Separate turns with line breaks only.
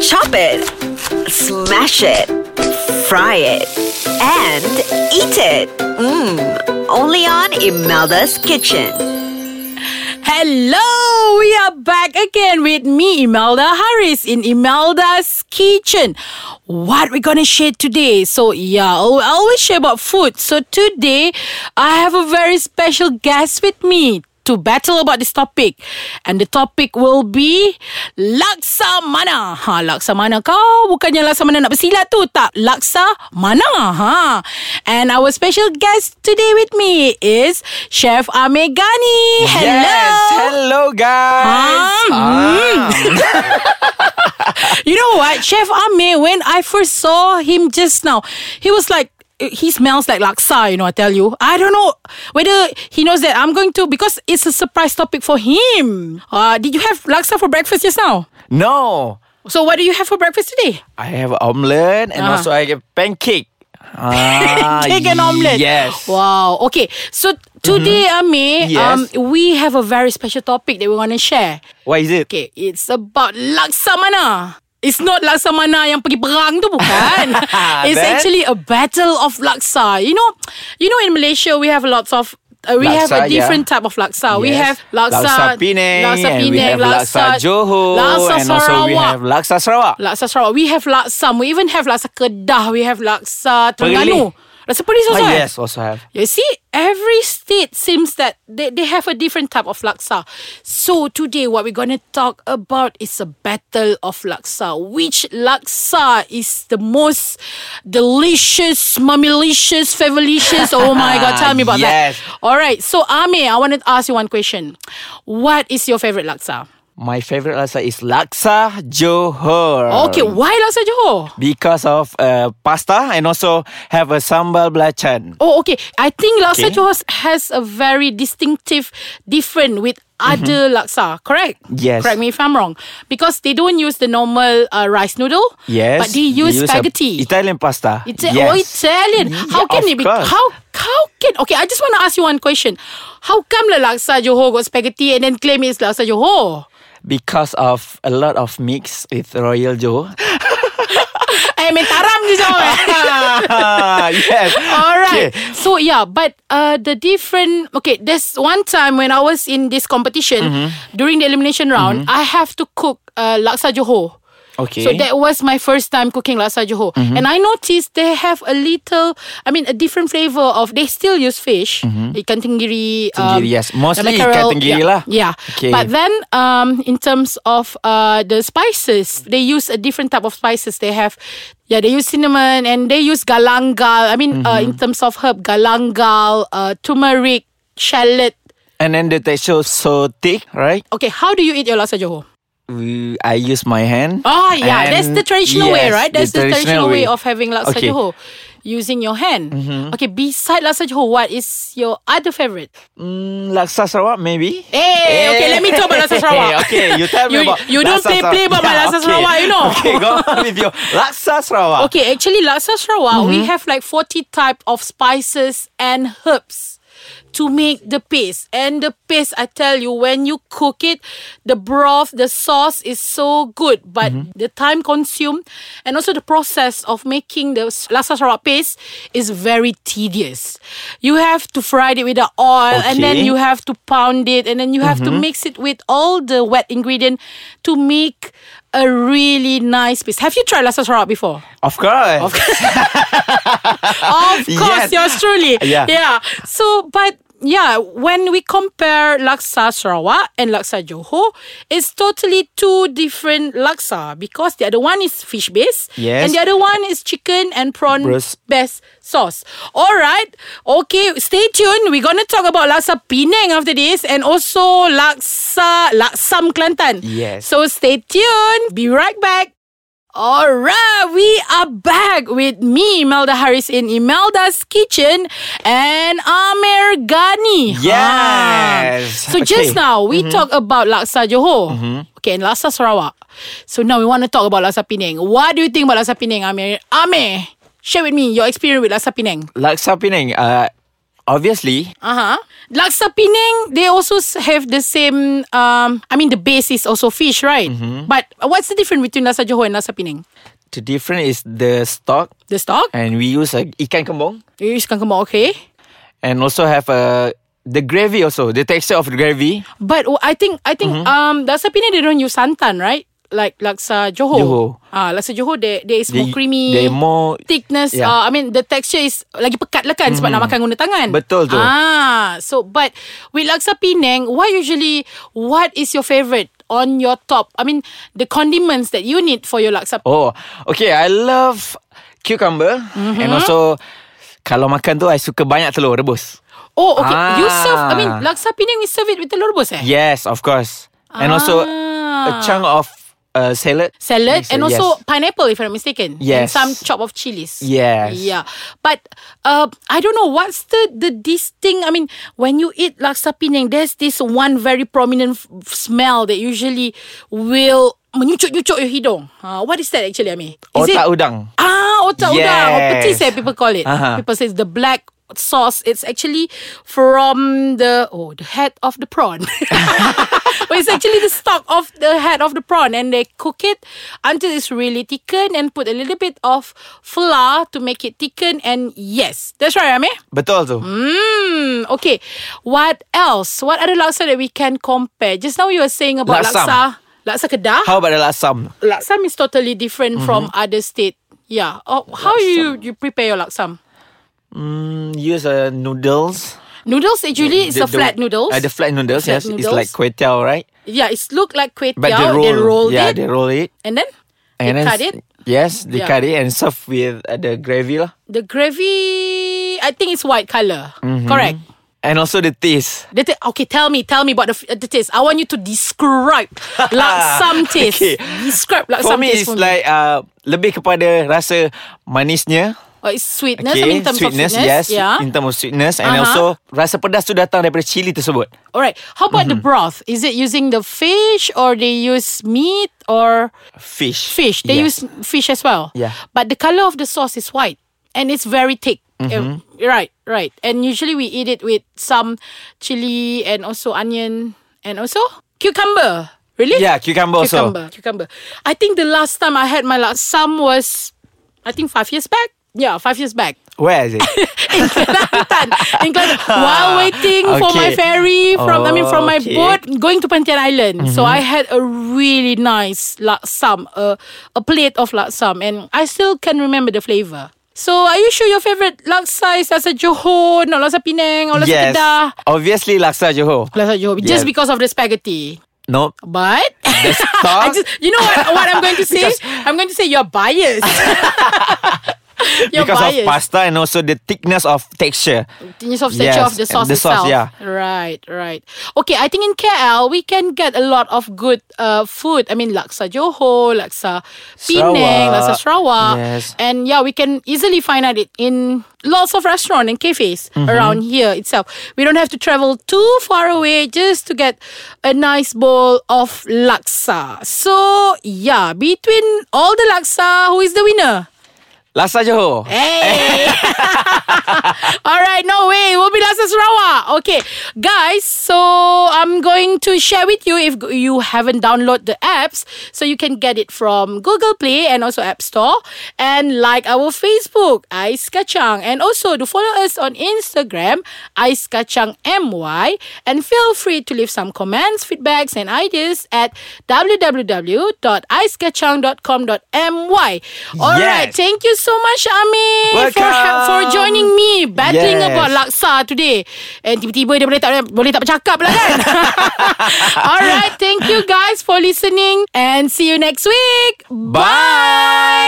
Chop it, smash it, fry it, and eat it. Mmm, only on Imelda's Kitchen.
Hello, we are back again with me, Imelda Harris, in Imelda's kitchen. What we're gonna share today? So yeah, I will always share about food. So today, I have a very special guest with me to battle about this topic, and the topic will be laksamana. Ha, laksamana kau bukannya laksamana nak bersilat tu tak? Laksamana. Ha. And our special guest today with me is Chef Amir Ghani. Hello.
Yes, hello guys.
Um, You know what, Chef Amir, when I first saw him just now, he was like, he smells like laksa, you know, I tell you. I don't know whether he knows that I'm going to, because it's a surprise topic for him. Uh, did you have laksa for breakfast just now?
No,
So, what do you have for breakfast today?
I have omelette and
Ah.
also I have pancake. Ah,
Take an omelette.
Yes.
Wow. Okay. So, today, Amir,
Mm-hmm. Yes.
um, we have a very special topic that we're going to share.
What is it?
Okay, it's about laksamana. It's not laksamana yang pergi perang tu bukan. it's
Then?
actually a battle of laksa. You know, you know in Malaysia we have lots of uh, we have a
Laksa, yeah.
different type of laksa. We
Yes.
have laksa,
laksa Penang,
laksa
and we
Penang,
have laksa, Johor,
laksa
and also we
Sarawak.
have laksa Sarawak.
laksa Sarawak. We have laksam. We even have laksa Kedah. We have laksa Terengganu. Laksa Perlis
Oh, Ah,
also. eh?
yes, also have.
You see, every state seems that they, they have a different type of laksa. So today what we're gonna talk about is a battle of laksa. Which laksa is the most delicious, mummylicious, favolicious? Oh my god, tell me about
Yes.
that. Alright, so Ame, I wanna ask you one question. What is your favorite laksa?
My favorite laksa is laksa Johor.
Okay, why laksa Johor?
Because of uh, pasta and also have a sambal belacan.
Oh, okay. I think laksa
Okay.
Johor has a very distinctive, different with other laksa, correct?
Mm-hmm. Yes.
Correct me if I'm wrong. Because they don't use the normal uh, rice noodle.
Yes.
But they use,
a
spaghetti.
Italian pasta.
It's
yes. Mm-hmm.
oh, Italian. How
Yeah,
can
of
it be?
course.
How how can? Okay, I just want to ask you one question. How come the laksa Johor got spaghetti and then claim it's laksa Johor?
Because of a lot of mix with Royal Johor.
Eh, main taram eh. je jawab.
yes.
All right.
Okay.
So yeah, but uh, the different. Okay, there's one time when I was in this competition during the elimination round, I have to cook uh, laksa johor.
Okay.
So
Mm-hmm.
that was my first time cooking laksa johor, and I noticed they have a little. I mean, a different flavor of. They still use fish, ikan tenggiri.
Mm-hmm. Tenggiri, yes. Mostly ikan
mackerel,
tenggiri
yeah,
lah.
Yeah.
Okay.
But then, um, in terms of uh the spices, they use a different type of spices. They have, yeah, they use cinnamon and they use galangal. I mean,
Mm-hmm.
uh, in terms of herb, galangal, uh, turmeric, shallot.
And then the texture is so thick, right?
Okay, how do you eat your laksa johor?
We, I use my hand.
Oh yeah,
And
that's the traditional way,
yes,
right? That's the, traditional, way of having laksa
Okay.
johor, using your hand. Okay, beside laksa johor, what is your other favorite?
Mm, laksa Sarawak, maybe.
Hey, Eh, okay, let me talk about laksa Sarawak.
okay, you tell me
You-
about.
you don't
laksa
play- play
Sarawak.
about my laksa Sarawak, you know.
Okay, go on with your laksa Sarawak. Mm-hmm.
Okay, actually, laksa Sarawak, we have like 40 type of spices and herbs to make the paste. And the paste, I tell you, when you cook it, the broth, the sauce is so good. But
Mm-hmm.
the time consumed and also the process of making the s- laksa Sarawak paste is very tedious. You have to fry it with the oil and then
Okay. Mm-hmm.
you have to pound it and then you have to mix it with all the wet ingredient to make a really nice paste. Have you tried laksa Sarawak before?
Of course. Of course.
Of course,
Yes.
yours truly.
Yeah.
So, but yeah, when we compare Laksa Sarawak and Laksa Johor, it's totally two different Laksa because the other one is fish based
Yes.
and the other one is chicken and prawn
Bros-
based sauce. All right. Okay, stay tuned. We're going to talk about Laksa Penang after this and also Laksa Laksam Kelantan.
Yes.
So stay tuned. Be right back. All right, we are back with me, Imelda Harris in Imelda's Kitchen and Amer Ghani.
Yes.
Ah. So just
Okay. Mm-hmm.
now, we talk about Laksa Johor. Okay, and Laksa Sarawak. So now we want to talk about Laksa Penang. What do you think about Laksa Penang, Amer? Amer, share with me your experience with Laksa Penang.
Laksa Penang. Uh, Obviously,
Uh-huh. Laksa Penang, they also s- have the same, um, I mean, the base is also fish, right?
Mm-hmm.
But what's the difference between Laksa Johor and Laksa Penang?
the difference is the stock
The stock?
and we use a ikan kembung
You use kangkong, okay.
and also have a the gravy also the texture of the gravy.
But oh, I think, I
Mm-hmm.
think, um, Laksa Penang, they don't use santan, right? Like Laksa Johor.
Johor.
Ah, Laksa Johor, there, there is
They-
more creamy.
They more
thickness yeah.
Yeah.
uh, I
Mm-hmm.
mean the texture is lagi pekat lah kan sebab nak makan guna tangan
Betul tu.
ah so but with laksa Penang what usually what is your favorite on your top I mean the condiments that you need for your laksa
Oh, okay. I love cucumber
Mm-hmm.
and also kalau makan tu I suka banyak telur rebus.
oh okay you
Ah.
serve I mean laksa Penang we serve it with telur rebus eh
Yes, of course. And also a
Ah.
chunk of uh, salad.
salad
Mixer,
and also
yes.
pineapple if I'm not mistaken and
Yes.
some chop of chilies
Yes.
yeah but uh, I don't know what's the the this thing I mean when you eat laksa Penang there's this one very prominent f- f- smell that usually will menyucuk-nyucuk your hidung uh, what is that actually I mean is
otak
it
udang.
ah otak udang or petis eh
Yes. Uh-huh.
people call it
Aha.
people say it's the black sauce it's actually from the oh the head of the prawn But it's actually the stock of the head of the prawn and they cook it until it's really thickened and put a little bit of flour to make it thicken and yes that's right Amir
Betul tu.
Hmm, okay what else what other laksa that we can compare just now you were saying about
Laksam.
laksa laksa kedah
How about the laksam?
laksam is totally different
Mm-hmm.
from other state yeah oh, how you you prepare your laksam
Mm, use uh, noodles.
noodles actually it's a
The-
flat
the-
noodles
Uh, the flat noodles,
Flat
yes. It's like
noodles.
kway teow, right?
yeah it's look like kway
But
teow
they roll.
they rolled
yeah,
it
they roll it.
and then
And
they
then
cut
s-
it
Yes, they
Yeah.
cut it and serve with uh, the gravy lah.
The gravy, I think it's white color.
Mm-hmm.
Correct.
And also the taste.
The ta- okay, tell me, tell me about the, f- the taste. I want you to describe laksam taste.
Okay.
Describe
For
laksam
me,
taste
it's like uh, lebih kepada rasa manisnya.
oh, it's sweetness I mean,
Okay,
in terms
sweetness,
of sweetness.
yes.
Yeah.
In terms of sweetness. And
Uh-huh.
also, rasa pedas tu datang daripada cili tersebut.
All right. How about the
Mm-hmm.
broth? Is it using the fish or they use meat or
Fish.
fish? They
Yes.
use fish as well.
Yeah.
But the color of the sauce is white and it's very thick.
Mm-hmm.
Eh, right, right. And usually we eat it with some chili and also onion and also cucumber. Really?
Yeah, cucumber, also.
cucumber. Cucumber. I think the last time I had my laksam was, I think five years back. Yeah, five years back.
Where is it?
In Kelantan, in Kelantan, while waiting for my
Okay.
ferry from, I mean, from my
Okay.
boat
Mm-hmm.
going to Pantian Island. So I had a really nice laksam, a a plate of laksam, and I still can remember the flavor. So are you sure your favorite laksa is laksa Johor, not laksa Penang or laksa
yes.
Kedah?
Obviously, laksa Johor.
Laksa Johor, just
Yes.
because of the spaghetti.
No.
But I
stock?
just you know what what I'm going to say? I'm going to say you're biased. you're
because
biased.
of pasta and also the thickness of texture.
In terms of stature
Yes,
of the sauce
the
itself.
sauce, yeah.
Right, right. Okay, I think in KL we can get a lot of good uh, food. I mean laksa Johor, laksa Penang,
Sarawak.
laksa Sarawak.
Yes.
And yeah, we can easily find out it in lots of restaurants and cafes
Mm-hmm.
around here itself. We don't have to travel too far away just to get a nice bowl of laksa. So yeah, between all the laksa, who is the winner?
Laksa Johor.
Hey! All right, no way. We'll be Lasa Sarawak. Okay, guys, so I'm going to share with you if you haven't downloaded the apps, so you can get it from Google Play and also App Store. And like our Facebook, Ice Kacang. And also to follow us on Instagram, Ice Kacang MY. And feel free to leave some comments, feedbacks, and ideas at www.icekacang.com.my. All right,
Yes.
thank you so much, Amir, for,
Welcome.
for joining me battling
Yes.
about laksa today. And tiba-tiba dia boleh tak boleh tak bercakap lah kan. Alright, thank you guys for listening and see you next week. Bye.
Bye.